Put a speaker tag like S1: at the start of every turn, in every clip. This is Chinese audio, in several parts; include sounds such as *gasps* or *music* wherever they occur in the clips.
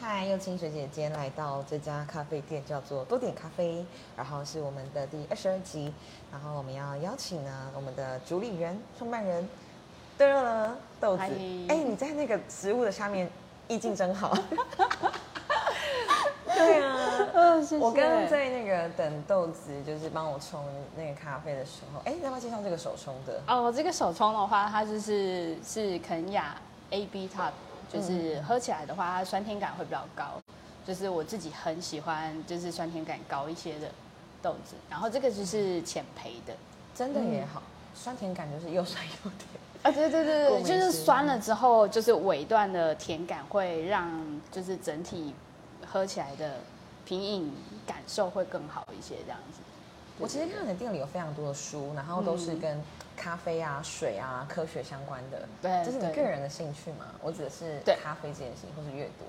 S1: 嗨，又清水姐今天来到这家咖啡店，叫做多点咖啡，然后是我们的第二十二集，然后我们要邀请呢我们的主理人、创办人，对了，豆子，
S2: 嗨
S1: 哎，你在那个食物的下面意境真
S2: *laughs*
S1: 好，对啊。
S2: *laughs* 嗯，谢谢。
S1: 我刚刚在那个等豆子，就是帮我冲那个咖啡的时候，哎，要不要介绍这个手冲的？
S2: 哦，这个手冲的话，它就是是肯雅 A B Top，就是喝起来的话，它酸甜感会比较高，就是我自己很喜欢，就是酸甜感高一些的豆子。然后这个就是浅焙的，
S1: 真的也好，嗯酸甜感就是又酸又甜。
S2: 啊，对对对
S1: 顾
S2: 对，
S1: 名
S2: 就是
S1: 思义
S2: 酸了之后，就是尾段的甜感会让就是整体喝起来的品饮感受会更好一些，这样子。
S1: 我其实看到你的店里有非常多的书，然后都
S2: 嗯
S1: 是跟咖啡啊、水啊、科学相关的。
S2: 对
S1: 这是你
S2: 对
S1: 个人的兴趣吗？我指的是
S2: 对
S1: 咖啡这件事情，或是阅读。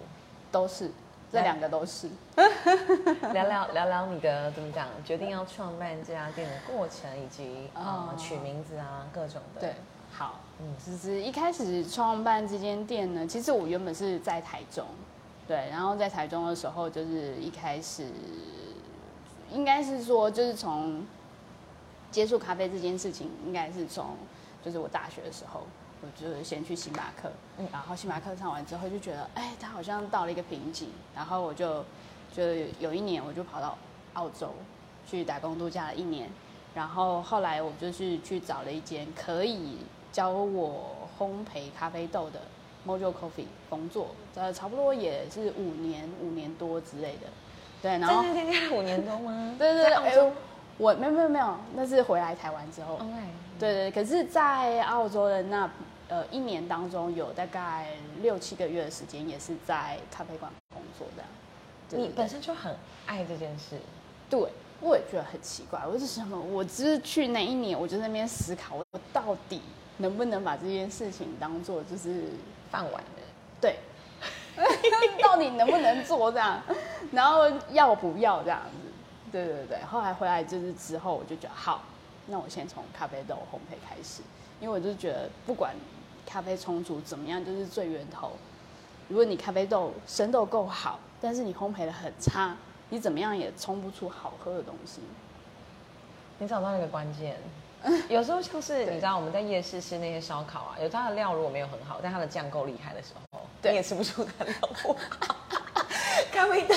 S2: 都是这两个都是。
S1: 聊聊聊聊你的怎么讲，决定要创办这家店的过程，以及啊、呃
S2: 哦
S1: 取名字啊各种的。 *laughs*
S2: 对，好，
S1: 嗯
S2: 嗯，就是一开始创办这间店呢，其实我原本是在台中，对，然后在台中的时候，就是一开始应该是说，就是从接触咖啡这件事情，应该是从就是我大学的时候。我就是先去星巴克，
S1: 嗯
S2: 然后星巴克上完之后就觉得，哎，它好像到了一个瓶颈，然后我就就有一年我就跑到澳洲去打工度假了一年，然后后来我就是去找了一间可以教我烘焙咖啡豆的 Mojo Coffee 工作，呃，差不多也是五年五年多之类的，对，然后？
S1: 在那天看五年多吗
S2: 对对对，
S1: 在澳洲
S2: 哎。我没有没有没有，那是回来台湾之后，
S1: OK，
S2: 对对，可是，在澳洲的那呃一年当中，有大概六七个月的时间，也是在咖啡馆工作这样。对
S1: 你
S2: 对
S1: 本身就很爱这件事，
S2: 对，我也觉得很奇怪，我是什么？我只是去那一年，我就在那边思考，我到底能不能把这件事情当做就是
S1: 饭碗的。
S2: 对， *laughs* 到底能不能做这样，然后要不要这样子？对对对，后来回来就是之后，我就觉得好，那我先从咖啡豆烘焙开始，因为我就觉得不管咖啡冲煮怎么样，就是最源头。如果你咖啡豆生豆够好，但是你烘焙的很差，你怎么样也冲不出好喝的东西。
S1: 你找到那个关 *laughs* 键。有时候像是
S2: 对
S1: 你知道我们在夜市吃那些烧烤啊，有它的料如果没有很好，但它的酱够厉害的时候，
S2: 对
S1: 你也吃不出它的料不好。 *laughs* 咖啡豆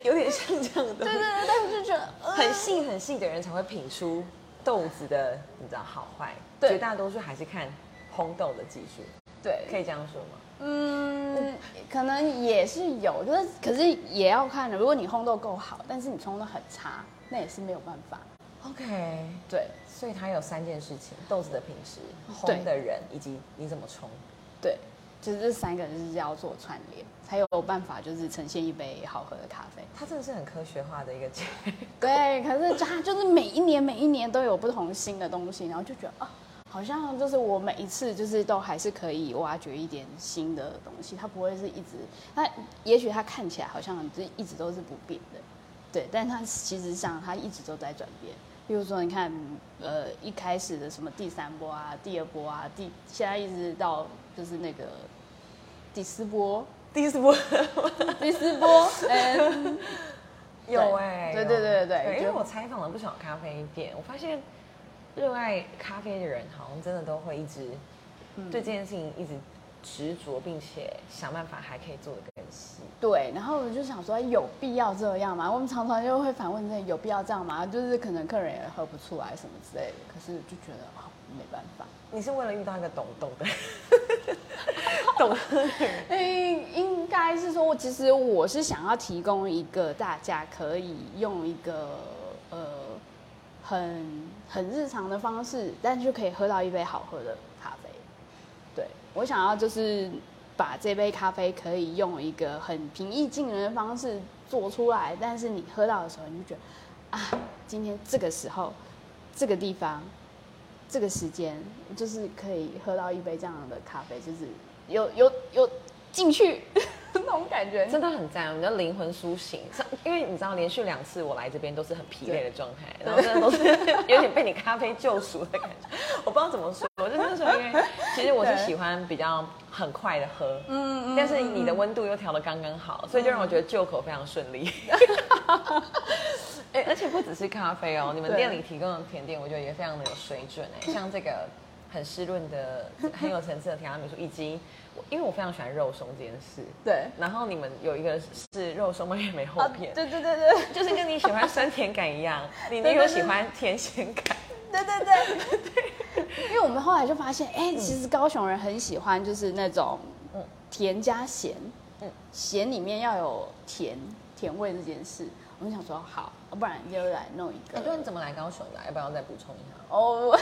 S1: 有点像这样的东西，
S2: 对对对，但是就觉得、呃、
S1: 很细很细的人才会品出豆子的你知道好坏，
S2: 对
S1: 绝大多数还是看烘豆的技术，
S2: 对
S1: 可以这样说吗？
S2: 嗯，可能也是有，可是可是也要看的。如果你烘豆够好，但是你冲豆很差，那也是没有办法。
S1: OK，
S2: 对
S1: 所以它有三件事情：豆子的品质、
S2: 对
S1: 烘的人以及你怎么冲。
S2: 对，就是这三个就是要做串联，才有办法就是呈现一杯好喝的咖啡。
S1: 它真的是很科学化的一个结 *laughs* 论
S2: 对，可是它就是每一年每一年都有不同新的东西，然后就觉得啊，好像就是我每一次就是都还是可以挖掘一点新的东西，它不会是一直，它也许它看起来好像就一直都是不变的，对，但它其实上它一直都在转变。比如说，你看，呃，一开始的什么第三波啊、第二波啊、第现在一直到就是那个第四波、
S1: 第四波。
S2: 第四波， *laughs* 嗯，
S1: 有哎、
S2: 对
S1: 有
S2: 对对对对
S1: 因为
S2: 就
S1: 我采访了不少咖啡店，我发现热爱咖啡的人好像真的都会一直、
S2: 嗯
S1: 对这件事情一直执着，并且想办法还可以做得更细。
S2: 对，然后我就想说，有必要这样吗？我们常常就会反问这有必要这样吗？就是可能客人也喝不出来什么之类的，可是就觉得哦，没办法。
S1: 你是为了遇到一个懂懂的，懂喝的人，
S2: 嗯，应该是说，我其实我是想要提供一个大家可以用一个呃很很日常的方式，但就可以喝到一杯好喝的咖啡。对我想要就是把这杯咖啡可以用一个很平易近人的方式做出来，但是你喝到的时候，你就觉得啊，今天这个时候，这个地方，这个时间，就是可以喝到一杯这样的咖啡，就是有有有进去 *laughs* 那种感觉。
S1: 真的很赞，你的灵魂苏醒。上因为你知道，连续两次我来这边都是
S2: *laughs*
S1: 很疲累的状态，然后真的都是有点被你咖啡救赎的感觉。我不知道怎么说，我就是说，因
S2: *laughs*
S1: 为其实我是喜欢比较很快的喝，
S2: 嗯
S1: 但是你的温度又调的刚刚好，所以就让我觉得就口非常顺利。 *laughs* 哎、而且不只是咖啡哦，你们
S2: 嗯对
S1: 店里提供的甜点，我觉得也非常的有水准
S2: *laughs*
S1: 哎，像这个很湿润的、很有层次的提拉米苏，以及我因为我非常喜欢肉松这件事，
S2: 对
S1: 然后你们有一个是肉松蔓越莓厚片，
S2: 啊对对对对
S1: 啊就是跟你喜欢酸甜感一 *laughs* 样，你你
S2: 对对
S1: 有
S2: 对
S1: 喜欢甜咸感，
S2: 对对对，因为我们后来就发现，哎、其实高雄人很喜欢就是那种
S1: 嗯
S2: 甜加咸，
S1: 嗯
S2: 嗯，咸里面要有甜甜味这件事，我们想说好，不然就来弄一个
S1: 哎，对，你怎么来高雄的啊？要不要再补充一下？
S2: 哦，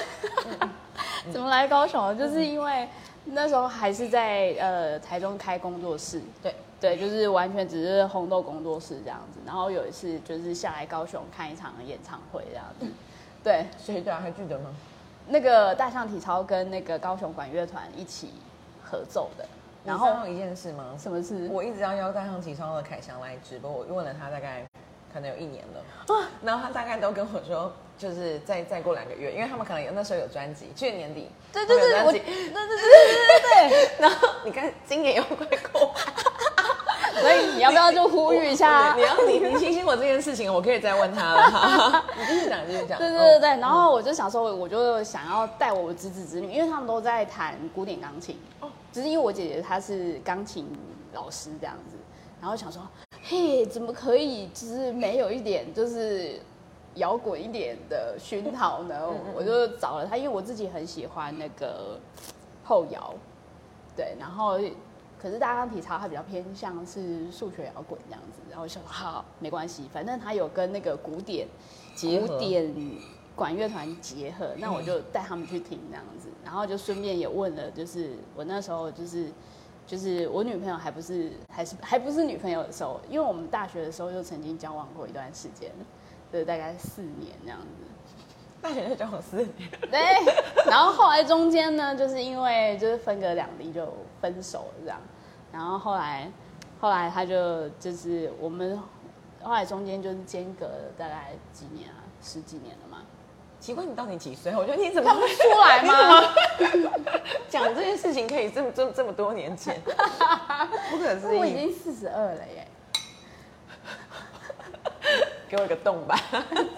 S2: 怎么来高雄？就是因为那时候还是在呃台中开工作室，
S1: 对，
S2: 对，就是完全只是红豆工作室这样子。然后有一次就是下来高雄看一场演唱会这样子，对，
S1: 谁对啊？还记得吗？
S2: 那个大象体操跟那个高雄管乐团一起合奏的。然
S1: 然
S2: 后
S1: 后有一件事吗？
S2: 什么事？
S1: 我一直要邀戴上体操的凯翔来直播，我问了他大概可能有一年了，
S2: 啊
S1: 然后他大概都跟我说，就是再再过两个月，因为他们可能有那时候有专辑，去年年底
S2: 对对对，
S1: 他
S2: 我
S1: 们
S2: 对
S1: 有专
S2: 对
S1: 辑，
S2: 对对对对
S1: *laughs* 然后你看今年又快过完。 *laughs*
S2: 对，所以你要不要就呼吁一下
S1: 我？你要你你提醒我这件事情，我可以再问 *laughs* 他了。哈你继续讲，继续讲。
S2: 对对对
S1: 嗯
S2: 对，然后我就想说，我就想要带我侄子侄女，因为他们都在弹古典钢琴，
S1: 哦
S2: 只是因为我姐姐她是钢琴老师这样子，然后想说，嘿，怎么可以就是没有一点就是摇滚一点的熏陶呢？
S1: 嗯
S2: 我就找了她，因为我自己很喜欢那个后摇，对，然后可是大家体操它比较偏向是数学摇滚这样子，然后我想说好没关系，反正它有跟那个古典
S1: 结合
S2: 古典管乐团结合，那
S1: 嗯
S2: 我就带他们去听这样子，然后就顺便也问了，就是我那时候就是。就是我女朋友还不是还是还不是女朋友的时候，因为我们大学的时候就曾经交往过一段时间，对，大概四年这样子。
S1: 大学就交往四年，
S2: 对，然后后来中间呢，就是因为就是分隔两地就分手了这样，然后后来后来他就就是我们后来中间就是间隔了大概几年啊，十几年了嘛，
S1: 奇怪，你到底几岁？我觉得 *laughs* 你怎么
S2: 看不出来
S1: *laughs* 啊
S2: 吗？
S1: 讲这件事情可以这么这么这么多年 *laughs* 前，不可思
S2: 我已
S1: 议。
S2: 经四十二了耶，
S1: 给我一个洞 *laughs* 吧。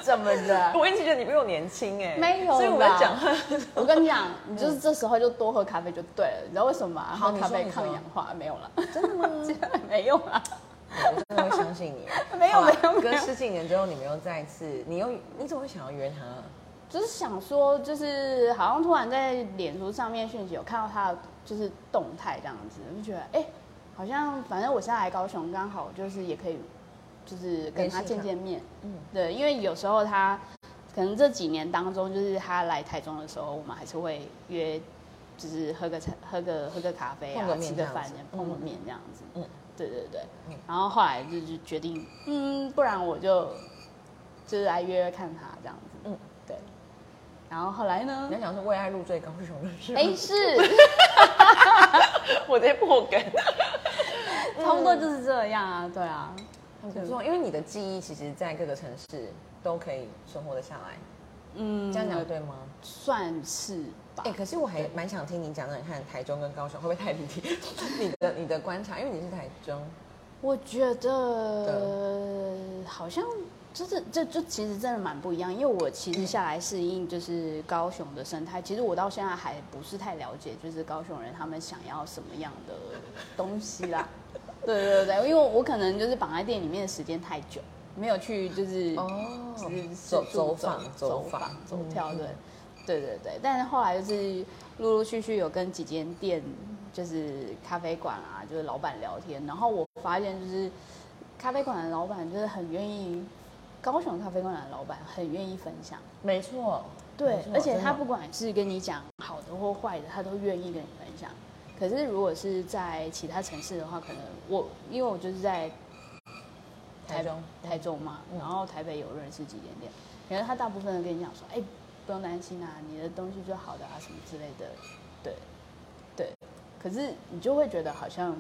S2: 怎么的？
S1: 我一直觉得你比我年轻哎、
S2: 没有
S1: 所以我
S2: 吧
S1: 在讲话。
S2: 我跟你讲，你就是这时候就多喝咖啡就对了，你知道为什么吗？
S1: 好
S2: 喝
S1: 你
S2: 咖
S1: 说
S2: 啡
S1: 你
S2: 抗
S1: 说
S2: 氧化没有了，真的吗？ *laughs* 没有啦。。
S1: 我真的会相信 *laughs* 你
S2: 没有
S1: 好吧
S2: 没有没
S1: 隔
S2: 有
S1: 十几年之后，你们又再次，你又你怎么会想要约他？
S2: 就是想说，就是好像突然在脸书上面讯息有看到他的就是动态这样子，就觉得哎、好像反正我现在来高雄，刚好就是也可以，就是跟他见见面。
S1: 嗯
S2: 嗯，对，因为有时候他可能这几年当中，就是他来台中的时候，我们还是会约，就是喝个茶、喝个喝个咖啡啊
S1: 碰个，面
S2: 吃个
S1: 这样
S2: 饭
S1: 子，
S2: 碰个面这样子。
S1: 嗯
S2: 嗯，对对对
S1: 嗯。
S2: 然后后来就就决定，嗯，不然我就就是来约约看他这样子。
S1: 嗯
S2: 嗯，对。然后后来呢
S1: 你？要讲是为爱入赘高雄的事吗？
S2: 哎， *laughs* 是
S1: 我在破梗。
S2: *laughs* 差不多就是这样啊，对啊，
S1: 很哦不错，因为你的记忆其实，在各个城市都可以生活的下来，
S2: 嗯，
S1: 这样讲对吗？
S2: 算是吧
S1: 哎、。可是我还蛮想听你讲讲看台中跟高雄会不会太 *laughs* 离题？你的你的观察，因为你是台中，
S2: 我觉得好像就是这这其实真的蛮不一样，因为我其实下来适应就是高雄的生态，其实我到现在还不是太了解，就是高雄人他们想要什么样的东西 *laughs* 啦。对对对，因为我可能就是绑在店里面的时间太久，没有去就是
S1: 哦
S2: 就是
S1: 走
S2: 四处
S1: 走访走
S2: 走
S1: 访
S2: 访走
S1: 嗯
S2: 跳
S1: 嗯
S2: 对。对对对，但是后来就是陆陆续续有跟几间店，就是咖啡馆啊，就是老板聊天，然后我发现就是咖啡馆的老板就是很愿意，高雄咖啡馆的老板很愿意分享，
S1: 没错，
S2: 对
S1: 没错，
S2: 而且
S1: 真
S2: 他
S1: 的
S2: 不管是跟你讲好的或坏的，他都愿意跟你分享。可是如果是在其他城市的话，可能我因为我就是在
S1: 台中
S2: 台中嘛，
S1: 嗯
S2: 然后台北有认识几间店，可是他大部分都跟你讲说，哎、不用担心啊，你的东西就好的啊，什么之类的，对，对。可是你就会觉得好像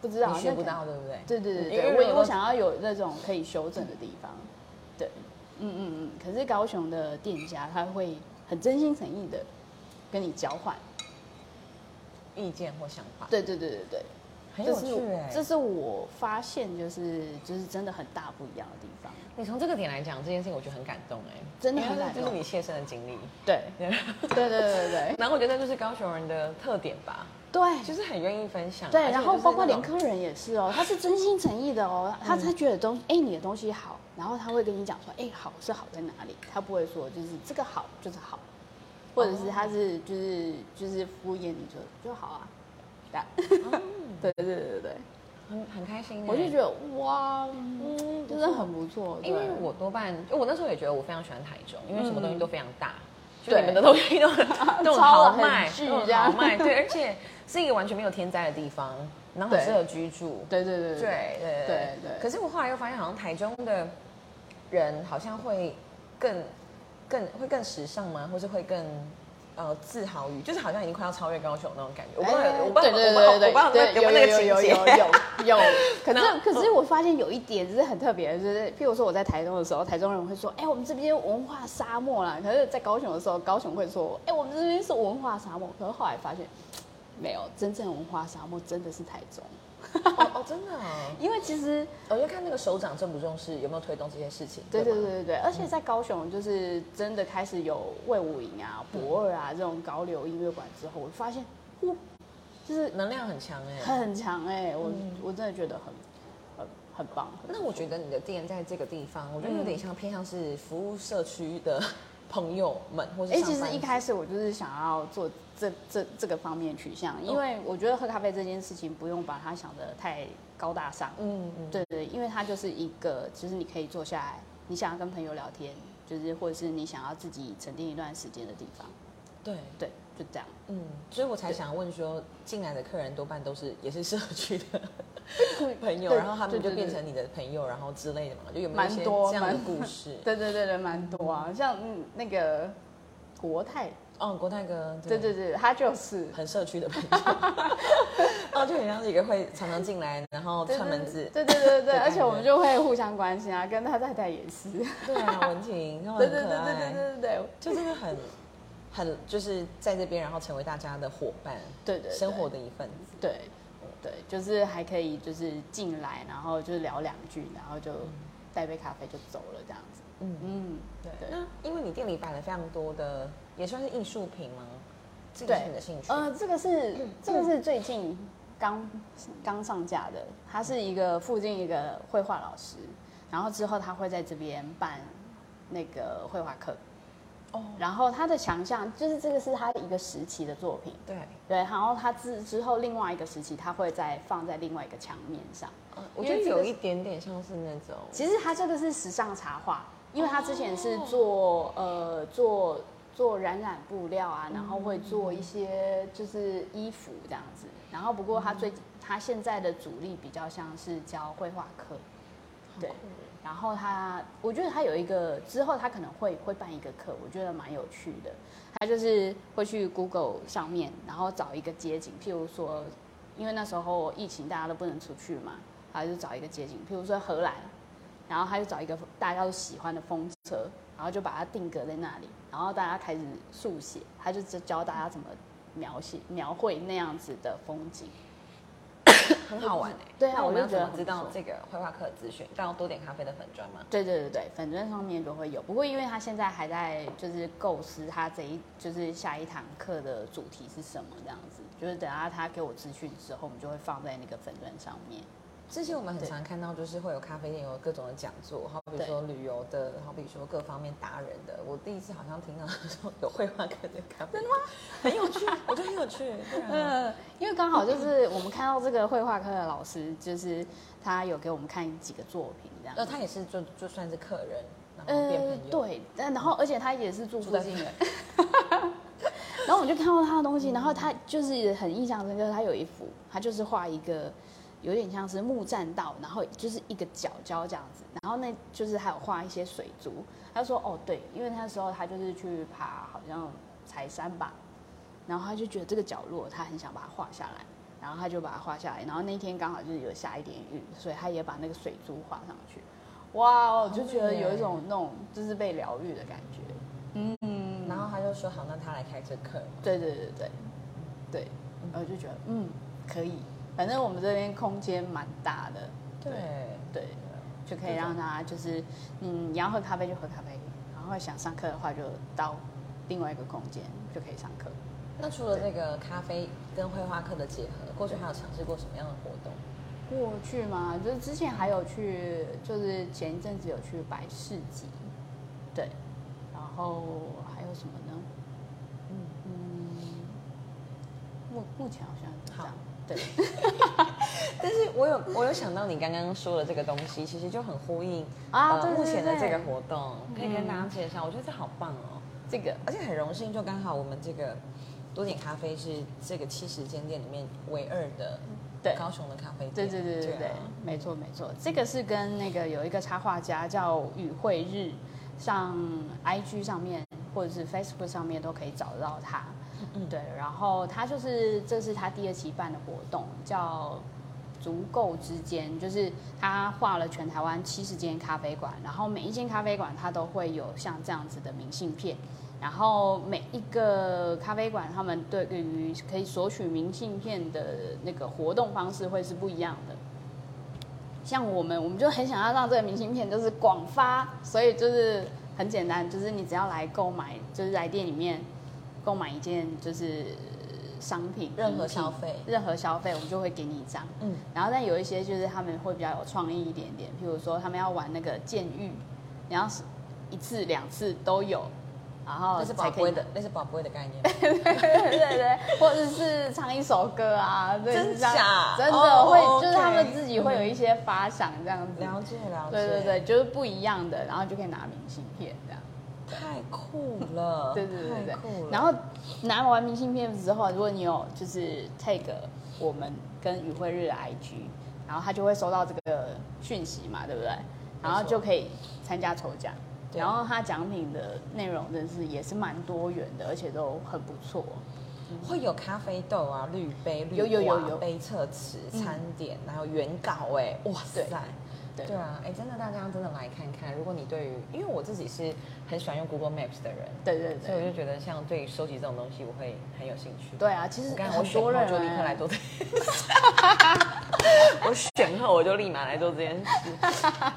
S2: 不知道，
S1: 你学
S2: 那
S1: 不
S2: 可能
S1: 到，对不对？
S2: 对对对
S1: 因为
S2: 对，
S1: 如
S2: 我
S1: 果
S2: 我想要有那种可以修正的地方。对，嗯嗯嗯。可是高雄的店家他会很真心诚意的跟你交换，
S1: 意见或想法，
S2: 对对对对对，
S1: 很
S2: 这
S1: 有
S2: 是
S1: 趣
S2: 我
S1: 哎、
S2: 这是我发现就是就是真的很大不一样的地方，
S1: 你从这个点来讲，这件事情我觉得很感动哎、
S2: 真的
S1: 因为
S2: 很感
S1: 这是
S2: 动
S1: 你切身的经历。
S2: 对对对对对
S1: *laughs* 然后我觉得这就是高雄人的特点吧，
S2: 对，
S1: 就是很愿意分享。
S2: 对
S1: 而，且
S2: 然
S1: 就
S2: 后
S1: 是
S2: 包括
S1: 那
S2: 连
S1: 种
S2: 客人也是哦，他是真心诚意的哦，他他觉得东哎、你的东西好，然后他会跟你讲说，哎、好是好在哪里，他不会说就是这个好就是好，或者是他是就是就是敷衍你就就好啊，对啊
S1: 嗯
S2: 对对对对对，
S1: 很很开心、欸。
S2: 我就觉得哇，
S1: 嗯
S2: 真的很不错，
S1: 因为
S2: 对
S1: 我多半，因为我那时候也觉得我非常喜欢台中，因为什么东西都非常大，就
S2: 对
S1: 你们的东西都很都很
S2: 超
S1: 豪
S2: 很
S1: 迈，
S2: 巨
S1: 都很
S2: 这
S1: 豪
S2: 样
S1: 迈， *laughs* 对，而且是一个完全没有天灾的地方，然后很
S2: 对
S1: 适合居住。
S2: 对对对
S1: 对对
S2: 对对，
S1: 可是我后来又发现，好像台中的人好像会更更会更时尚吗？或是会更呃自豪于，就是好像已经快要超越高雄那种感觉。我不知道有，我不知
S2: 哎对
S1: 道，我
S2: 对
S1: 不
S2: 对
S1: 知
S2: 对
S1: 道，我不知道
S2: 对，
S1: 有没有那个情
S2: 有有
S1: 节。嗯
S2: 有有有。可
S1: 然后
S2: 是可是我发现有一点就是很特别，就是譬如说我在台中的时候，台中人会说，哎，我们这边文化沙漠啦。可是，在高雄的时候，高雄会说，哎，我们这边是文化沙漠。可是后来发现，没有真正文化沙漠真的是台中，
S1: *laughs* 哦哦，真的哦，
S2: 因为其实
S1: 我就看那个首长重不重视，有没有推动这些事情。
S2: 对对
S1: 吗
S2: 对对对，而且
S1: 嗯
S2: 在高雄就是真的开始有魏武营啊、博二啊这种高流音乐馆之后，我发现，呼，就是
S1: 能量很强哎、
S2: 很强哎、我、我真的觉得很很很棒。很
S1: 那我觉得你的店在这个地方，我觉得有点
S2: 嗯
S1: 像偏向是服务社区的 *laughs* 朋友们，或是
S2: 哎、
S1: 上班
S2: 其
S1: 族。
S2: 实一开始我就是想要做这这这这个方面取向，因为我觉得喝咖啡这件事情不用把它想的太高大上，
S1: 嗯，嗯
S2: 对对，因为它就是一个，就是你可以坐下来，你想要跟朋友聊天，就是或者是你想要自己沉淀一段时间的地方，
S1: 对，
S2: 对，就这样。
S1: 嗯，所以我才想问说，进来的客人多半都是也是社区的 *laughs* 朋友，
S2: 对
S1: 然后他们
S2: 对
S1: 就
S2: 对
S1: 变
S2: 对
S1: 成你的朋友，然后之类的嘛，就有没有
S2: 蛮
S1: 一些
S2: 多
S1: 这样的
S2: 蛮
S1: 故事？
S2: 对对对对，蛮多啊，像嗯那个国泰，
S1: 哦，国泰哥，
S2: 对对对，他就是
S1: 很社区的朋友， *laughs* 哦，就很像是一个会常常进来，然后
S2: 对
S1: 串门子，
S2: 对对对对
S1: 的
S2: 对，
S1: 感
S2: 而且我们
S1: 觉
S2: 就会互相关心啊，跟他太太也 *laughs* 是，
S1: 对啊，文婷，他们
S2: 对
S1: 很
S2: 对对
S1: 可
S2: 对
S1: 爱
S2: 对，对对对，
S1: 就真的很很就是在这边，然后成为大家的伙伴，
S2: 对对对
S1: 生活的一份子。
S2: 对对，就是还可以就是进来，然后就是聊两句，然后就带杯咖啡就走了这样子。
S1: 嗯
S2: 嗯，对
S1: 那因为你店里摆了非常多的，也算是艺术品吗？这个是你的兴趣？
S2: 呃，这个是这个是最近刚刚上架的，他是一个附近一个绘画老师，然后之后他会在这边办那个绘画课。
S1: 哦，
S2: 然后他的强项就是这个是他一个时期的作品，
S1: 对，
S2: 对，然后他之之后另外一个时期，他会再放在另外一个墙面上。
S1: 呃我觉得
S2: 因为这个
S1: 有
S2: 是
S1: 一点点像是那种，
S2: 其实他这个是时尚茶画，因为他之前是做、呃做做染染布料啊，然后会做一些就是衣服这样子。然后不过他最、他现在的主力比较像是教绘画课，对。然后他，我觉得他有一个之后，他可能会会办一个课，我觉得蛮有趣的。他就是会去 Google 上面，然后找一个街景，譬如说，因为那时候疫情大家都不能出去嘛，他就找一个街景，譬如说荷兰，然后他就找一个大家都喜欢的风车，然后就把它定格在那里，然后大家开始速写，他就教大家怎么描写描绘那样子的风景。
S1: 很好玩哎、
S2: 对啊
S1: 那我们
S2: 我
S1: 要
S2: 就
S1: 怎
S2: 觉得
S1: 么
S2: 很
S1: 知道
S2: 不错
S1: 这个绘画课的资讯？到多点咖啡的粉砖吗？
S2: 对对对对，粉砖上面都会有。不过因为他现在还在就是构思他这一就是下一堂课的主题是什么这样子，就是等下他给我资讯之后，我们就会放在那个粉砖上面。
S1: 之前我们很
S2: 对
S1: 常看到，就是会有咖啡店有各种的讲座，好比说旅游的，好比说各方面达人的。我第一次好像听到说有绘画课的咖啡，真的吗？很有趣，我觉得很有趣。对啊
S2: 嗯，因为刚好就是我们看到这个绘画课的老师，就是他有给我们看几个作品这样
S1: 呃，
S2: 子。
S1: 他也是就就算是客人，然后变朋
S2: 呃
S1: 友。，
S2: 对，但然后而且他也是住
S1: 住
S2: 附
S1: 在
S2: 近的， *laughs* 然后我就看到他的东西，然后他就是很印象深刻，他有一幅，他就是画一个有点像是木栈道，然后就是一个角角这样子，然后那就是还有画一些水珠。他说哦对，因为那时候他就是去爬好像柴山吧，然后他就觉得这个角落他很想把它画下来，然后他就把它画下来，然后那天刚好就是有下一点雨，所以他也把那个水珠画上去。哇，我就觉得有一种那种就是被疗愈的感觉。嗯，
S1: 然后他就说好，那他来开这课。
S2: 对对对对对，
S1: 嗯，
S2: 呃，就觉得嗯可以，反正我们这边空间蛮大的，
S1: 对，
S2: 对，就可以让他就是，嗯，你要喝咖啡就喝咖啡，然后想上课的话就到另外一个空间就可以上课。
S3: 那除了这个咖啡跟绘画课的结合，过去还有尝试过什么样的活动？
S2: 过去嘛，就是之前还有去，就是前一阵子有去百事集，对，然后还有什么呢？嗯目目前好像是这样，对。 *laughs*
S1: 但是我有我有想到你刚刚说的这个东西，其实就很呼应
S2: 啊
S1: 呃
S2: 对对
S1: 目前的
S2: 对
S1: 这个活动，可以跟
S2: 嗯
S1: 大家介绍，我觉得这好棒哦，
S2: 这个
S1: 而且很荣幸，就刚好我们这个多点咖啡是这个七十间店里面唯二的
S2: 嗯对
S1: 高雄的咖啡店，
S2: 对对对对对，
S1: 啊
S2: 没错没错，这个是跟那个有一个插画家叫与会日，上 IG 上面或者是 Facebook 上面都可以找得到他。对，然后他就是这是他第二期办的活动，叫足够之间，就是他画了全台湾七十间咖啡馆，然后每一间咖啡馆他都会有像这样子的明信片。然后每一个咖啡馆，他们对于可以索取明信片的那个活动方式会是不一样的。像我们，我们就很想要让这个明信片就是广发，所以就是很简单，就是你只要来购买，就是来店里面购买一件就是商品，
S3: 任何
S2: 饮品
S3: 消费
S2: 任何消费，我们就会给你一张。
S1: 嗯，
S2: 然后但有一些就是他们会比较有创意一点点，譬如说他们要玩那个监狱，你要是一次两次都有，然后
S3: 那是宝
S2: 才可以
S3: 贝的，那是宝贝的概念。
S2: *laughs* 对对对，或者是唱一首歌啊，对，
S1: 真
S2: 是这样
S1: 假
S2: 真的
S1: 哦
S2: 会，
S1: OK
S2: 就是他们自己会有一些发想这样子，
S1: 了解了解，
S2: *laughs* 对对对，就是不一样的，然后就可以拿明信片这样，
S1: 太酷了，
S2: 对对对对
S1: 太酷了。
S2: 然后拿完明信片之后，如果你有就是 take 我们跟与会日的 IG，然后他就会收到这个讯息嘛，对不对？然后就可以参加抽奖。
S1: 对
S2: 然后他奖品的内容真是也是蛮多元的，而且都很不错。
S1: 会有咖啡豆啊、滤杯、滤
S2: 有有有有
S1: 挂杯测匙、
S2: 嗯
S1: 餐点，然后原稿，哎，哇塞！
S2: 对
S1: 对啊，哎，真的，大家真的来看看。如果你对于，因为我自己是很喜欢用 Google Maps 的人，
S2: 对对
S1: 所以
S2: 对
S1: 我。就觉得像对于收集这种东西，我会很有兴趣。
S2: 对啊，其实
S1: 我刚刚我
S2: 很
S1: 选
S2: 多人啊
S1: 后就立刻来做这件 *laughs* 事，我选后我就立马来做这件事。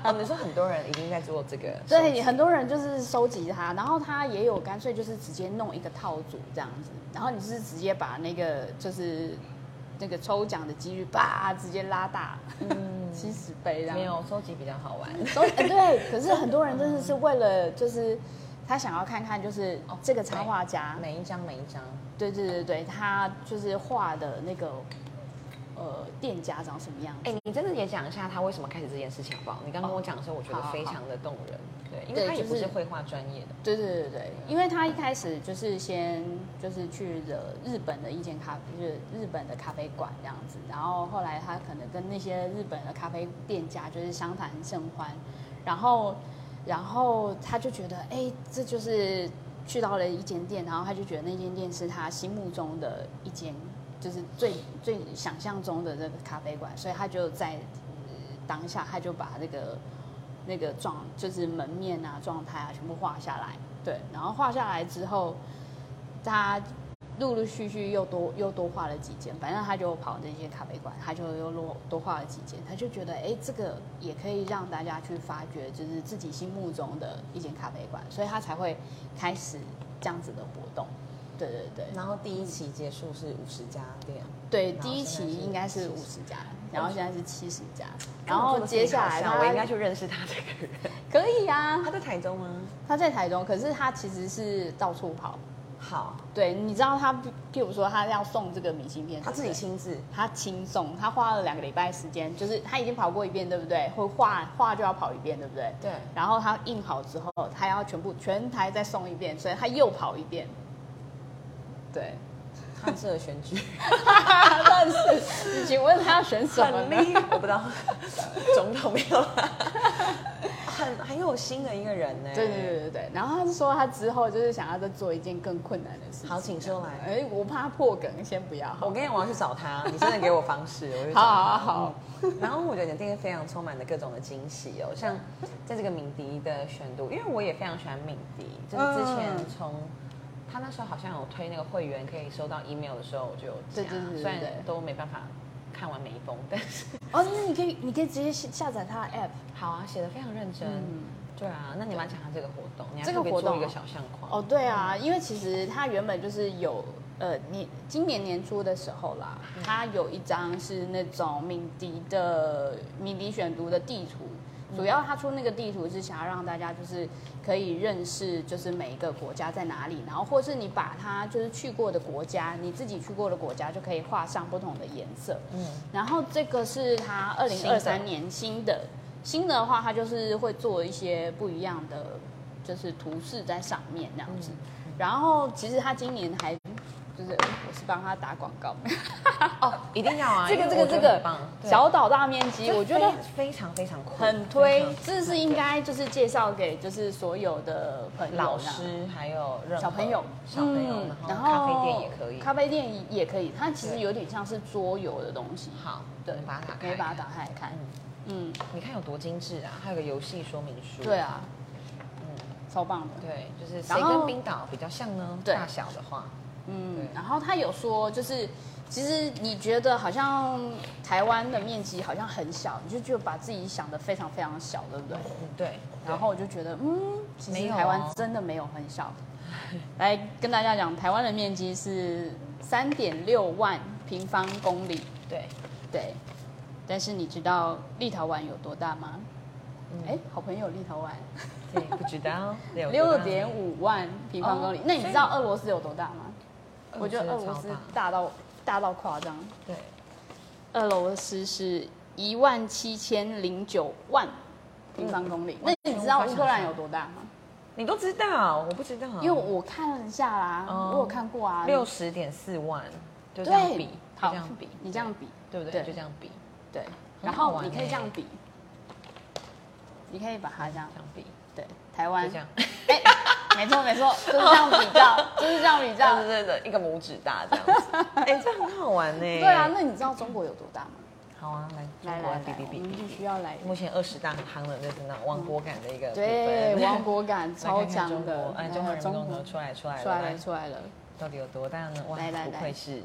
S1: 哦，你说很多人已经在做这个，
S2: 对，很多人就是收集它，然后它也有干脆就是直接弄一个套组这样子，然后你是直接把那个就是那个抽奖的几率吧直接拉 *laughs* 大，嗯，七十倍这样。
S1: 没
S2: *laughs*
S1: 有收集比较好玩。
S2: 收，呃对，可是很多人真的是为了就是他想要看看就是这个插画家，
S1: 每一张每一张，
S2: 对对对对，他就是画的那个呃店家长什么样子。
S1: 哎、你真的也讲一下他为什么开始这件事情好不好？你刚跟我讲的时候，我觉得
S2: 好好
S1: 非常的动人，哦对，因为
S2: 对
S1: 他也
S2: 就
S1: 不
S2: 是
S1: 是绘画专业的，
S2: 对对对对，因为他一开始就是先就是去了日本的一间咖啡，就是日本的咖啡馆这样子，然后后来他可能跟那些日本的咖啡店家就是相谈甚欢，然后然后他就觉得哎，这就是去到了一间店，然后他就觉得那间店是他心目中的一间，就是最最想象中的这个咖啡馆，所以他就在、呃当下他就把这个那个状就是门面啊、状态啊全部画下来。对，然后画下来之后，他陆陆续续又多又多画了几间，反正他就跑这些咖啡馆，他就又多多画了几间，他就觉得哎，这个也可以让大家去发掘，就是自己心目中的一间咖啡馆，所以他才会开始这样子的活动。对对对，
S1: 然后第一期结束是五十家店，
S2: 对，
S1: 然后
S2: 第一
S1: 现在
S2: 期
S1: 是
S2: 应该是五十家，然后现在是七十家，
S1: 跟
S2: 然
S1: 我
S2: 后
S1: 做的事情
S2: 接下
S1: 好
S2: 来
S1: 像
S2: 他
S1: 我应该去认识他这个人。
S2: 可以啊，
S1: 他在台中吗？
S2: 他在台中，可是他其实是到处跑。
S1: 好，
S2: 对，你知道他，譬如说他要送这个明信片，
S1: 他自己
S2: 对不对
S1: 亲自。
S2: 他轻松，他花了两个礼拜时间，就是他已经跑过一遍，对不对？会画画就要跑一遍，对不对？
S1: 对
S2: 然后他印好之后，他要全部全台再送一遍，所以他又跑一遍。
S1: *laughs*
S2: 对，
S1: 他很适合选举，
S2: 但是请问他要选什
S1: *laughs*
S2: 么
S1: 很
S2: 呢？
S1: 厉害， *laughs* 我不知道，总统没有 *laughs* 啦，很很有心的一个人呢、
S2: 对对对对对。然后他是说他之后就是想要再做一件更困难的事情。
S1: 好，请说来。
S2: 哎，我怕破梗，先不要。好
S1: 我跟你讲，我要去找他，你真的给我方式，我去找
S2: 好
S1: 他。嗯
S2: 好好，
S1: 然后我觉得你的店非常充满了各种的惊喜哦，像在这个敏迪的选读，因为我也非常喜欢敏迪，就是之前从他那时候好像有推那个会员可以收到 email 的时候，我就有
S2: 对
S1: 加
S2: 对对对
S1: 虽
S2: 对
S1: 然都没办法看完每一封，但是
S2: 哦，那你可以，你可以直接下下载它的 app。
S1: 好啊，写的非常认真。
S2: 嗯
S1: 对啊，那你蛮想要这个活动，你还
S2: 这个
S1: 特别
S2: 活
S1: 做
S2: 动
S1: 一个
S2: 哦
S1: 小相框
S2: 哦，对啊，因为其实它原本就是有，呃，你今年年初的时候啦，它有一张是那种敏迪的敏迪选读的地图。主要它出那个地图是想要让大家就是可以认识，就是每一个国家在哪里，然后或是你把它就是去过的国家，你自己去过的国家就可以画上不同的颜色。
S1: 嗯，
S2: 然后这个是它二零二三年新的，新的话它就是会做一些不一样的，就是图示在上面那样子。
S1: 嗯
S2: 然后其实它今年还就是我是帮他打广告，
S1: 哦，一定要啊！
S2: *laughs* 这个
S1: 因
S2: 这
S1: 为
S2: 个
S1: 我觉得
S2: 这个
S1: 很棒，对
S2: 小岛大面积，
S1: 这
S2: 我觉得
S1: 非非常非常酷，*laughs*
S2: 很推
S1: 非，常
S2: 这是应该就是介绍给就是所有的朋友
S1: 老
S2: 呢
S1: 师还有任何
S2: 小朋友，
S1: 小朋友
S2: 嗯，
S1: 然后咖啡店也可以。
S2: 咖啡店也可以，它其实
S1: 对
S2: 有点像是桌游的东西，
S1: 好，
S2: 对
S1: 你把它打，
S2: 可
S1: 开，
S2: 以把它打开来看
S1: 嗯，，
S2: 嗯，
S1: 你看有多精致啊！还有个游戏说明书。
S2: 对，啊，
S1: 嗯，
S2: 超棒的。
S1: 对，就是
S2: 然
S1: 谁
S2: 后
S1: 跟冰岛比较像呢？
S2: 对
S1: 大小的话，
S2: 嗯
S1: 对，
S2: 然后他有说，就是其实你觉得好像台湾的面积好像很小，你就觉得把自己想的非常非常小，对不对？
S1: 嗯，对。
S2: 然后我就觉得，嗯，其
S1: 没
S2: 实
S1: 有
S2: 台湾
S1: 哦
S2: 真的没有很
S1: *laughs*
S2: 小。来跟大家讲，台湾的面积是三点六万平方公里，
S1: 对，
S2: 对。但是你知道立陶宛有多大吗？
S1: 嗯
S2: 哎、好朋友立陶宛
S1: 对，不知
S2: *laughs*
S1: 道
S2: 六点五万平方公里，
S1: 哦
S2: 那你知
S1: 所以
S2: 道俄罗斯有多大吗？
S1: 嗯
S2: 我觉得俄罗
S1: 超
S2: 斯
S1: 大，
S2: 大到大到夸张，
S1: 对，
S2: 俄罗斯是一万七千零九万平方公里。那你知道乌克兰有多大吗？
S1: 你都知道，我不知道，
S2: 因为我看了一下啦，
S1: 哦
S2: 我有看过啊，
S1: 六十点四万，就这样
S2: 对
S1: 比，就
S2: 好
S1: 这样比，
S2: 你这样比，
S1: 对不
S2: 对
S1: 对？就这样比，
S2: 对，
S1: 很
S2: 然
S1: 好玩
S2: 后你可以
S1: 欸
S2: 这样比，你可以把它这样
S1: 这，样比，
S2: 对，台湾
S1: 就这样，
S2: 哎，没错没错，就是这样比较，就是这样比
S1: 这样
S2: 较
S1: 子，真的一个拇指大这样子， *laughs* 哎，这样很好玩呢。
S2: 对啊，，那你知道中国有多大吗？
S1: 好啊，来，中
S2: 来
S1: 国
S2: 来
S1: 啊
S2: 来，
S1: 比
S2: 我
S1: 比
S2: 们
S1: 比
S2: 必
S1: 比
S2: 须要来
S1: 比，，目前二十大行的就是那种亡国感的一个部分
S2: 对，王国
S1: *laughs*
S2: 感
S1: 来看
S2: 超
S1: 看
S2: 强
S1: 中
S2: 的
S1: 国，哎，
S2: 来
S1: 中华人民
S2: 中
S1: 共和
S2: 国
S1: 国出来出来了
S2: 出来
S1: 来
S2: 了出来了。
S1: 到底有多大呢？哇，
S2: 来来
S1: 不
S2: 来
S1: 愧是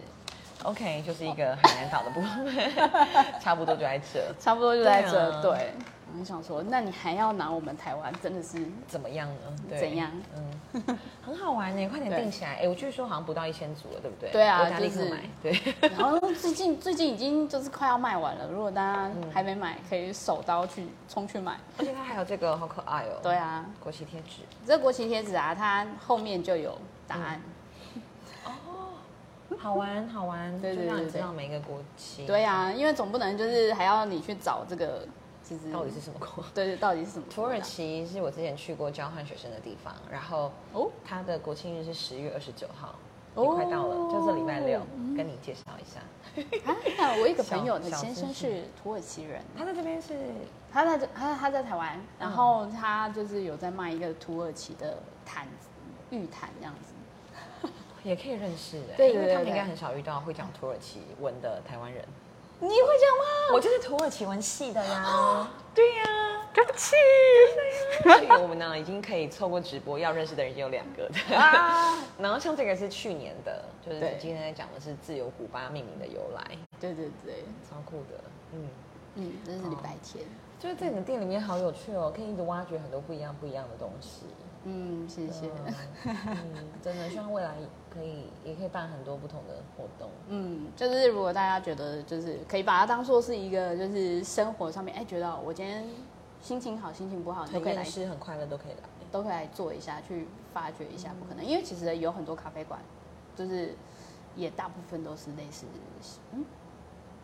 S1: ，OK，就是一个海南岛的部分， *laughs* 差不多就在这，
S2: 差不多就在
S1: 对
S2: 这。
S1: 啊
S2: 对，我就想说，那你还要拿我们台湾，真的是
S1: 怎么样呢？对
S2: 怎样？
S1: 嗯，很好玩呢，快点
S2: 对
S1: 定起来。哎，我据说好像不到一千组了，对不对？
S2: 对啊
S1: 我打立刻
S2: 就是
S1: 买。对， *laughs*
S2: 然后最近最近已经就是快要卖完了，如果大家
S1: 嗯
S2: 还没买，可以手刀去冲去买。
S1: 而且它还有这个好可爱哦。
S2: 对，啊，
S1: 国旗贴纸。
S2: 这国旗贴纸啊，它后面就有答案。
S1: *laughs* 好玩，好玩，
S2: 对对
S1: 就让
S2: 对
S1: 你
S2: 对
S1: 知道每一个国旗
S2: 对啊，因为总不能就是还要你去找这个，就是
S1: 到底是什么国。
S2: 对对，到底是什么？
S1: 土耳其是我之前去过交换学生的地方，然后
S2: 哦，
S1: 它的国庆日是十月二十九号，
S2: 哦
S1: 也快到了，就这礼拜六，跟你介绍一下。
S2: 啊，我有一个朋友的
S1: 小
S2: 先生
S1: 小资
S2: 是土耳其人，
S1: 他在这边是
S2: 他在这他他在台湾，然后他就是有在卖一个土耳其的毯子，玉毯这样子。
S1: 也可以认识的，
S2: 对对
S1: 因为他
S2: 对
S1: 们
S2: 对
S1: 应该很少遇到会讲土耳其文的台湾人。
S2: 你会讲吗？
S1: 我就是土耳其文系的 *gasps* 呀，
S2: 对呀、对不起。
S1: 所以我们呢已经可以透过直播要认识的人有两 *laughs* 个的。
S2: 啊，
S1: 然后像这个是去年的，就是
S2: 对
S1: 今天在讲的是自由古巴命名的由来，
S2: *laughs* 对对对，
S1: 超酷的，嗯。
S2: 嗯，这是礼拜天。
S1: 就是在你的店里面好有趣哦，可以一直挖掘很多不一样不一样的东西。
S2: 嗯，谢谢。
S1: 嗯，真的，希望未来可以也可以办很多不同的活动。
S2: 嗯，就是如果大家觉得就是可以把它当做是一个就是生活上面，哎，觉得我今天心情好，心情不好，你都
S1: 很
S2: 可以
S1: 厌
S2: 来嗯
S1: 世、很快乐都可以来。
S2: 都可以来做一下，去发掘一下不可能，因为其实有很多咖啡馆，就是也大部分都是类似，嗯，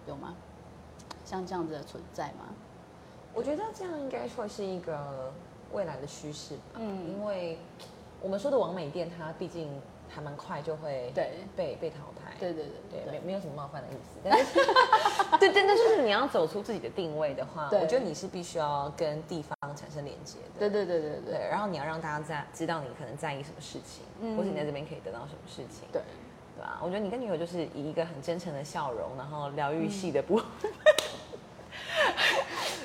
S2: 有吗？像这样子的存在吗？
S1: 我觉得这样应该会是一个未来的趋势吧。
S2: 嗯
S1: 因为我们说的完美店，它毕竟还蛮快就会
S2: 对
S1: 被被淘汰。
S2: 对对对
S1: 对，没没有什么冒犯的意思，但
S4: *laughs*
S1: 是对，但但就是你要走出自己的定位的话，
S2: 对
S1: 我觉得你是必须要跟地方产生连接的。
S2: 对对对对
S1: 对，
S2: 对
S1: 然后你要让大家在知道你可能在意什么事情，
S2: 嗯
S1: 或者你在这边可以得到什么事情，
S2: 对。
S1: 对啊，我觉得你跟女友就是
S4: 嗯
S1: 以一个很真诚的笑容，然后疗愈系的部分，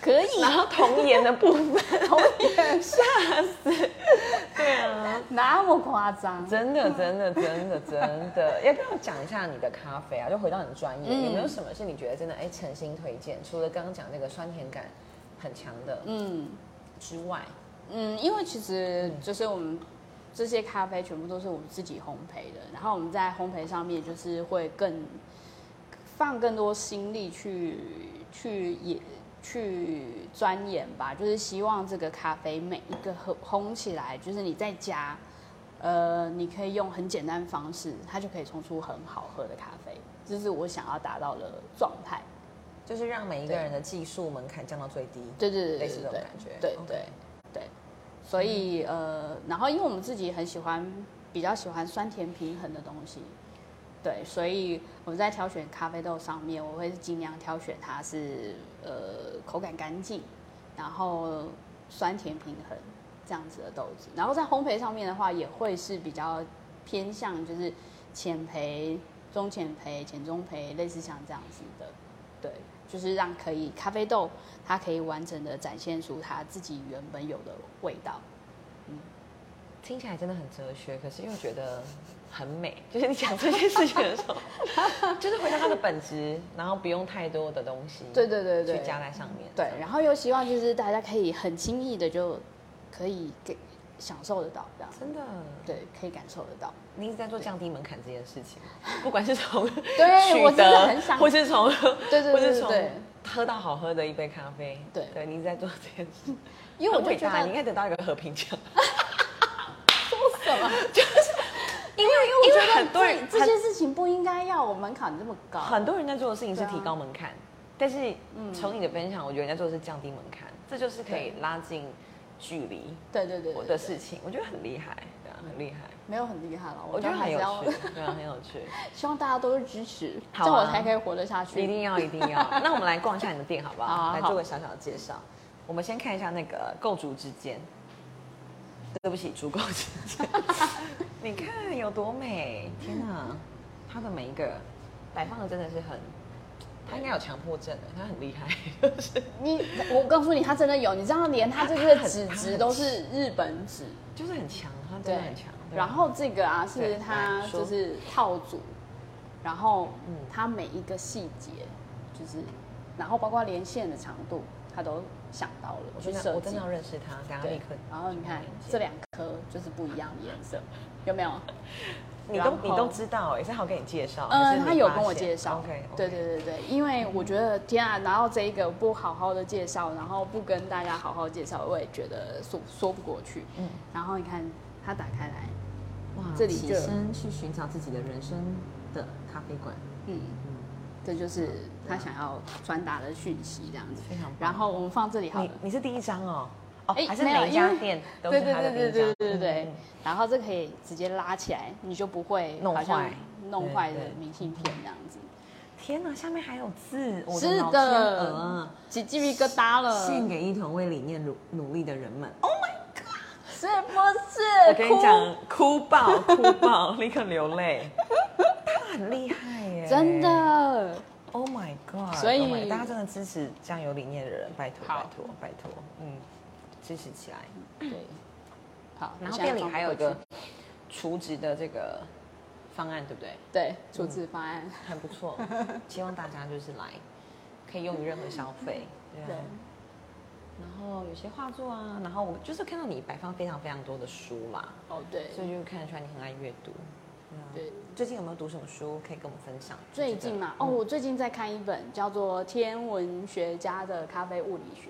S2: 可
S4: *laughs*
S2: 以
S4: 然后童颜的部分，
S1: *laughs*
S4: 童颜吓死，对啊，
S2: 那么夸张？
S4: 真的真的真的真的，要
S1: *laughs* 要不要讲一下你的咖啡啊？就回到你的专业，
S2: 嗯
S1: 有没有什么是你觉得真的哎诚心推荐？除了刚刚讲那个酸甜感很强的
S2: 嗯
S1: 之外，
S2: 嗯，因为其实就是我们这些咖啡全部都是我们自己烘焙的，然后我们在烘焙上面就是会更放更多心力去去也去钻研吧，就是希望这个咖啡每一个烘烘起来，就是你在家。呃，你可以用很简单的方式，它就可以冲出很好喝的咖啡，这是我想要达到的状态。
S1: 就是让每一个人的技术门槛降到最低，
S2: 对对对
S1: 类
S2: 对
S1: 似
S2: 对
S1: 这种
S2: 对
S1: 感觉。
S2: 对
S1: OK
S2: 对对，所以呃，然后因为我们自己很喜欢，比较喜欢酸甜平衡的东西，对，所以我们在挑选咖啡豆上面，我会尽量挑选它是呃口感干净，然后酸甜平衡这样子的豆子，然后在烘焙上面的话，也会是比较偏向就是浅焙、中浅焙、浅中焙，类似像这样子的，对，就是让可以咖啡豆它可以完整的展现出它自己原本有的味道。
S1: 听起来真的很哲学，可是又觉得很美。 *laughs* 就是你讲这些事情的时候， *laughs* 就是回到它的本质，然后不用太多的东西，
S2: 对对对对
S1: 去加在上面。
S2: 对，然后又希望就是大家可以很轻易的就可以给享受得到这样，
S1: 真的，
S2: 对，可以感受得到。
S1: 你一直在做降低门槛这件事情，不管是从
S2: 对我
S1: 取
S2: 真的很
S1: 得，
S2: 想
S1: 或是从
S2: 对对
S1: 或
S2: 对
S1: 是
S2: 对对
S1: 从，喝到好喝的一杯咖啡，
S2: 对
S1: 对，你一直在做这件事，
S2: 因为我
S1: 很
S2: 就
S1: 伟
S2: 觉
S1: 大，
S2: 得
S1: 你应该得到一个和平奖。
S2: 什么？ *laughs*
S1: 因为因为我觉得很多人
S2: 对，这些事情不应该要门槛这么高。
S1: 很多人在做的事情是
S2: 啊对啊嗯
S1: 提高门槛，但是从你的分享，我觉得人家做的是降低门槛，这就是可以拉近距离
S2: 对对对，
S1: 我的
S2: 对对
S1: 事情，我觉得很厉害，对啊，很厉害，
S2: 没有很厉害了，
S1: 我觉
S2: 觉
S1: 得
S2: 得还
S1: 很
S2: 是
S1: 有
S2: 要，
S1: 趣，对啊，很有趣，
S2: *laughs* 希望大家都是支持，
S1: 好啊
S2: 这样我才可以活得下去。
S1: 一定要一定
S2: *laughs*
S1: 要。那我们来逛一下你的店好不
S2: 好啊
S1: 好？
S2: 好
S1: 来做个小小的介绍。我们先看一下那个构筑之间，对不起，竹构之
S2: *laughs*
S1: 间，你看有多美！天哪，它的每一个摆放的真的是很，它应该有强迫症的，它很厉
S2: *laughs*
S1: 害，就是。
S2: 你，我告诉你，他真的有，你知道，连他这个纸
S1: 他很
S2: 质都是日本纸，
S1: 就是很强，他真的很强。对
S2: 然后这个啊，
S1: 对
S2: 是它
S1: 来说嗯
S2: 就是套组，然后它每一个细节，就是，然后包括连线的长度，他都想到了
S1: 我
S2: 去
S1: 真
S2: 设
S1: 的
S2: 计。
S1: 我真的要认识他，等下立
S2: 对
S1: 刻。，
S2: 然后你看这两颗就是不一样的颜色，有没有？
S1: 你都你
S2: 然
S1: 都
S2: 后
S1: 知道哎，是好给你介绍，还是
S2: 嗯，
S1: 你
S2: 他有
S1: 发
S2: 跟我
S1: 现
S2: 介绍。
S1: OK，
S2: 对对对对，因为我觉得天啊，拿到这一个不好好的介绍，然后不跟大家好好介绍，我也觉得说说不过去。
S1: 嗯
S2: 嗯，然后你看他打开来，
S1: 哇
S2: 这里就有
S1: 去寻找自己的人生的咖啡馆，
S2: 嗯，这就是他想要传达的讯息这样子。
S1: 非常棒
S2: 然后我们放这里好
S1: 你
S2: 了。
S1: 你是第一张哦，哦，
S2: 哎
S1: 还是
S2: 没有
S1: 每一家
S2: 因为
S1: 店都
S2: 对
S1: 是
S2: 对
S1: 他的
S2: 对
S1: 第一
S2: 对
S1: 张
S2: 对，对对
S1: 嗯，嗯
S2: 然后这可以直接拉起来，你就不会
S1: 弄
S2: 好像
S1: 坏
S2: 弄
S1: 对
S2: 坏的
S1: 对
S2: 明信片这样子。
S1: 天哪，下面还有字，我
S2: 是
S1: 脑天鹅
S2: 的
S1: 啊，
S2: 起鸡皮疙瘩了，
S1: 献给一同为理念努努力的人们。
S2: 是不是？
S1: 我跟你
S2: 哦哭
S1: 讲，哭爆，哭爆， *laughs* 立刻流泪。他很厉害耶，
S2: 真的，
S1: ，Oh my god！
S2: 所以
S1: Oh my- 大家真的支持这样有理念的人，拜托，
S2: 好
S1: 拜托，拜托，嗯，支持起来。
S2: 对，好。
S1: 然后
S2: 我现在
S1: 店里
S2: 放
S1: 还有
S2: 回
S1: 一个
S2: 去
S1: 除职的这个方案，对不对？
S2: 对处置方案，
S1: 很不
S2: *laughs*
S1: 错，希望大家就是来，可以用于任何消费，对啊
S2: 对，
S1: 然后有些画作啊，然后我就是看到你摆放非常非常多的书啦，
S2: 哦对
S1: 所以就看得出来你很爱阅读。对啊
S2: 对。
S1: 最近有没有读什么书可以跟我们分享？
S2: 最近嘛，
S1: 嗯
S2: 哦，我最近在看一本叫做《天文学家的咖啡物理学》，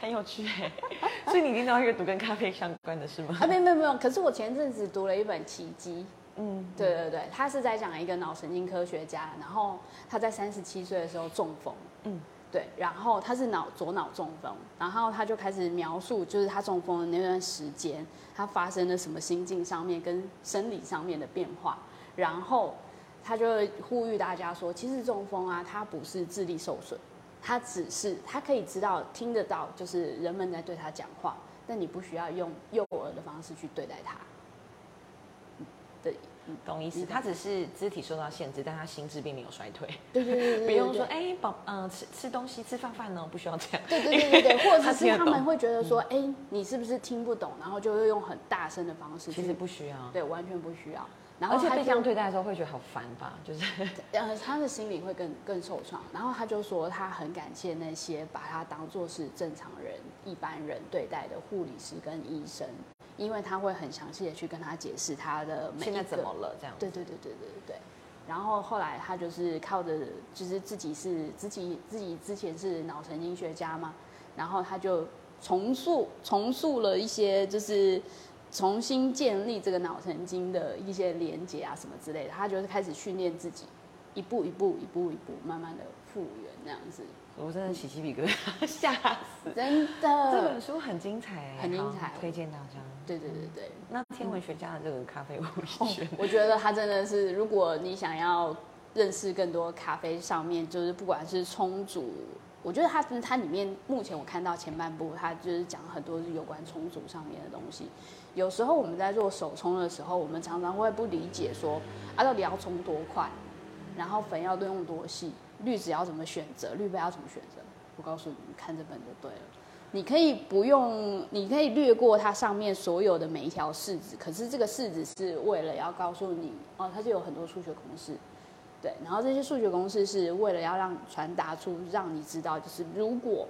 S1: 很有趣哎， *laughs* 所以你一定都要阅读跟咖啡相关的是吗？
S2: *laughs* 啊，没有没有没有，可是我前阵子读了一本《奇迹》，
S1: 嗯，
S2: 对对对，他是在讲一个脑神经科学家，然后他在三十七岁的时候中风，
S1: 嗯
S2: 嗯，对，然后他是脑左脑中风，然后他就开始描述就是他中风的那段时间，他发生了什么心境上面跟生理上面的变化，然后他就呼吁大家说，其实中风啊，它不是智力受损，它只是他可以知道听得到，就是人们在对他讲话，但你不需要用幼儿的方式去对待他。对，
S1: 懂意
S2: 嗯
S1: 思？他只是肢体受到限制，但他心智并没有衰退。
S2: 对对对对，
S1: 不
S2: *laughs*
S1: 用
S2: 对
S1: 说，。哎，宝，嗯，吃吃东西，吃饭饭呢，不需要这样。
S2: 对对对对对，或
S1: *laughs*
S2: 者
S1: 他听
S2: 是
S1: 得
S2: 他
S1: 懂嗯
S2: 们会觉得说，哎，你是不是听不懂？然后就会用很大声的方式去。
S1: 其实不需要。
S2: 对，哦完全不需要。然后
S1: 而且
S2: 他
S1: 被
S2: 就
S1: 这样对待的时候，会觉得好烦吧？就是 *laughs*
S2: 呃，他的心里会更更受创。然后他就说，他很感谢那些把他当做是正常人、一般人对待的护理师跟医生，因为他会很详细的去跟他解释他的每一
S1: 现在
S2: 个
S1: 怎么了这样？
S2: 对对对对对对对。然后后来他就是靠着，就是自己是自己自己之前是脑神经学家嘛，然后他就重塑重塑了一些，就是重新建立这个脑神经的一些连接啊什么之类的。他就是开始训练自己，一步一步一步一步慢慢的复原那样子，
S1: 我真的起鸡皮疙瘩， *laughs* 吓死！
S2: 真
S1: 这
S2: 的
S1: 本。书很精彩，
S2: 呃很精彩
S1: 好推荐大家。
S2: 对对对对，
S1: 那天文学家的这个咖啡物理学，
S2: *laughs* 我觉得它真的是，如果你想要认识更多咖啡上面，就是不管是冲煮，我觉得它它里面目前我看到前半部，它就是讲很多是有关冲煮上面的东西。有时候我们在做手冲的时候，我们常常会不理解说，啊，到底要冲多快，然后粉要用多细，滤纸要怎么选择，滤杯要怎么选择。我告诉你，你看这本就对了。你可以不用，你可以略过它上面所有的每一条式子，可是这个式子是为了要告诉你，哦，它是有很多数学公式，对，然后这些数学公式是为了要让传达出让你知道，就是如果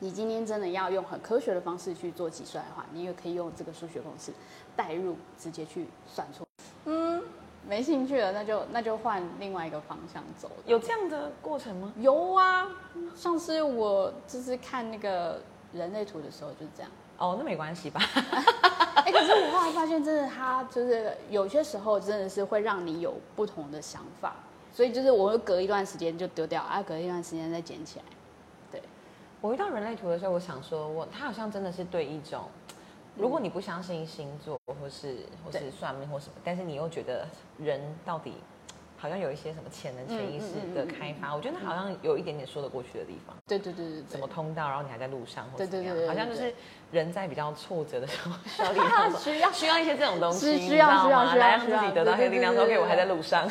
S2: 你今天真的要用很科学的方式去做计算的话，你也可以用这个数学公式代入，直接去算出。嗯，没兴趣了，那就那就换另外一个方向走。
S1: 有这样的过程吗？
S2: 有啊，上次我就是看那个人类图的时候就是
S1: *laughs*
S2: 这样。
S1: 哦，那没关系吧？
S2: 哎、可是我后来发现，真的它就是有些时候真的是会让你有不同的想法，所以就是我会隔一段时间就丢掉，啊，隔一段时间再捡起来。对，
S1: 我遇到人类图的时候，我想说，我他好像真的是对一种，如果你不相信星座，或是或
S2: 嗯对
S1: 是算命或什么，但是你又觉得人到底好像有一些什么潜能、潜意识的
S2: 嗯
S1: 开发，我觉得那好像有一点点说得过去的地方。
S2: 对对对对
S1: 什
S2: 对
S1: 么。通道，然后你还在路上，或
S2: 对
S1: 怎么
S2: 对
S1: 样
S2: 对对，对
S1: 好像就是人在比较挫折的时候需
S2: *laughs*
S1: 要力量的时候，
S2: 需要
S1: 需要一些这种东西，
S2: 是
S1: 你
S2: 需要
S1: 知道
S2: 需要
S1: 吗
S2: 需要
S1: 来让
S2: 需要
S1: 自己得到一些力量。
S2: 对对
S1: OK，
S2: 对对
S1: 我还在路上，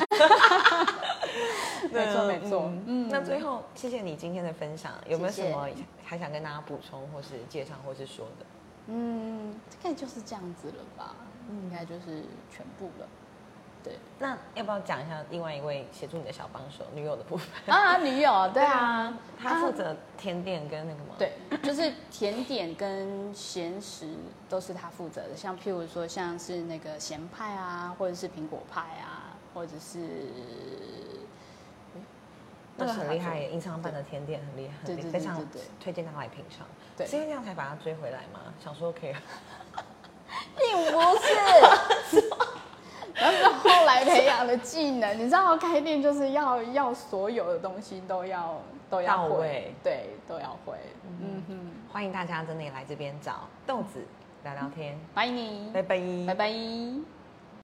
S2: 没错没错
S1: 嗯，那最后谢谢你今天的分享，有没有
S2: 谢
S1: 什
S2: 谢
S1: 么还想跟大家补充，或是介绍，或是说的？
S2: 嗯，大概就是这样子了吧，应该就是全部
S1: *laughs*
S2: 了。对
S1: 那要不要讲一下另外一位协助你的小帮手女友的部分？
S2: 啊，女友，对啊，
S1: 她负责甜点跟那个吗？，
S2: 对，就是甜点跟咸食都是他负责的，像譬如说像是那个咸派啊，或者是苹果派啊，或者是
S1: 那个
S2: 都是
S1: 很
S2: 她
S1: 厉
S2: 做
S1: 害耶，隐藏版的甜点很厉害，
S2: 对
S1: 很厉害，
S2: 对对
S1: 非常
S2: 对对
S1: 推荐大家来品尝。
S2: 对
S1: 是因为这样才把她追回来吗？想说可以。
S2: 并不是。 *laughs* 然后是后来培养的技能，你知道开店就是要要所有的东西都要都要
S1: 到
S2: 会
S1: 位，
S2: 对，都要会。嗯哼，
S1: 欢迎大家真的也来这边找豆子聊聊天，
S2: 欢迎你，
S1: 拜拜，
S2: 拜拜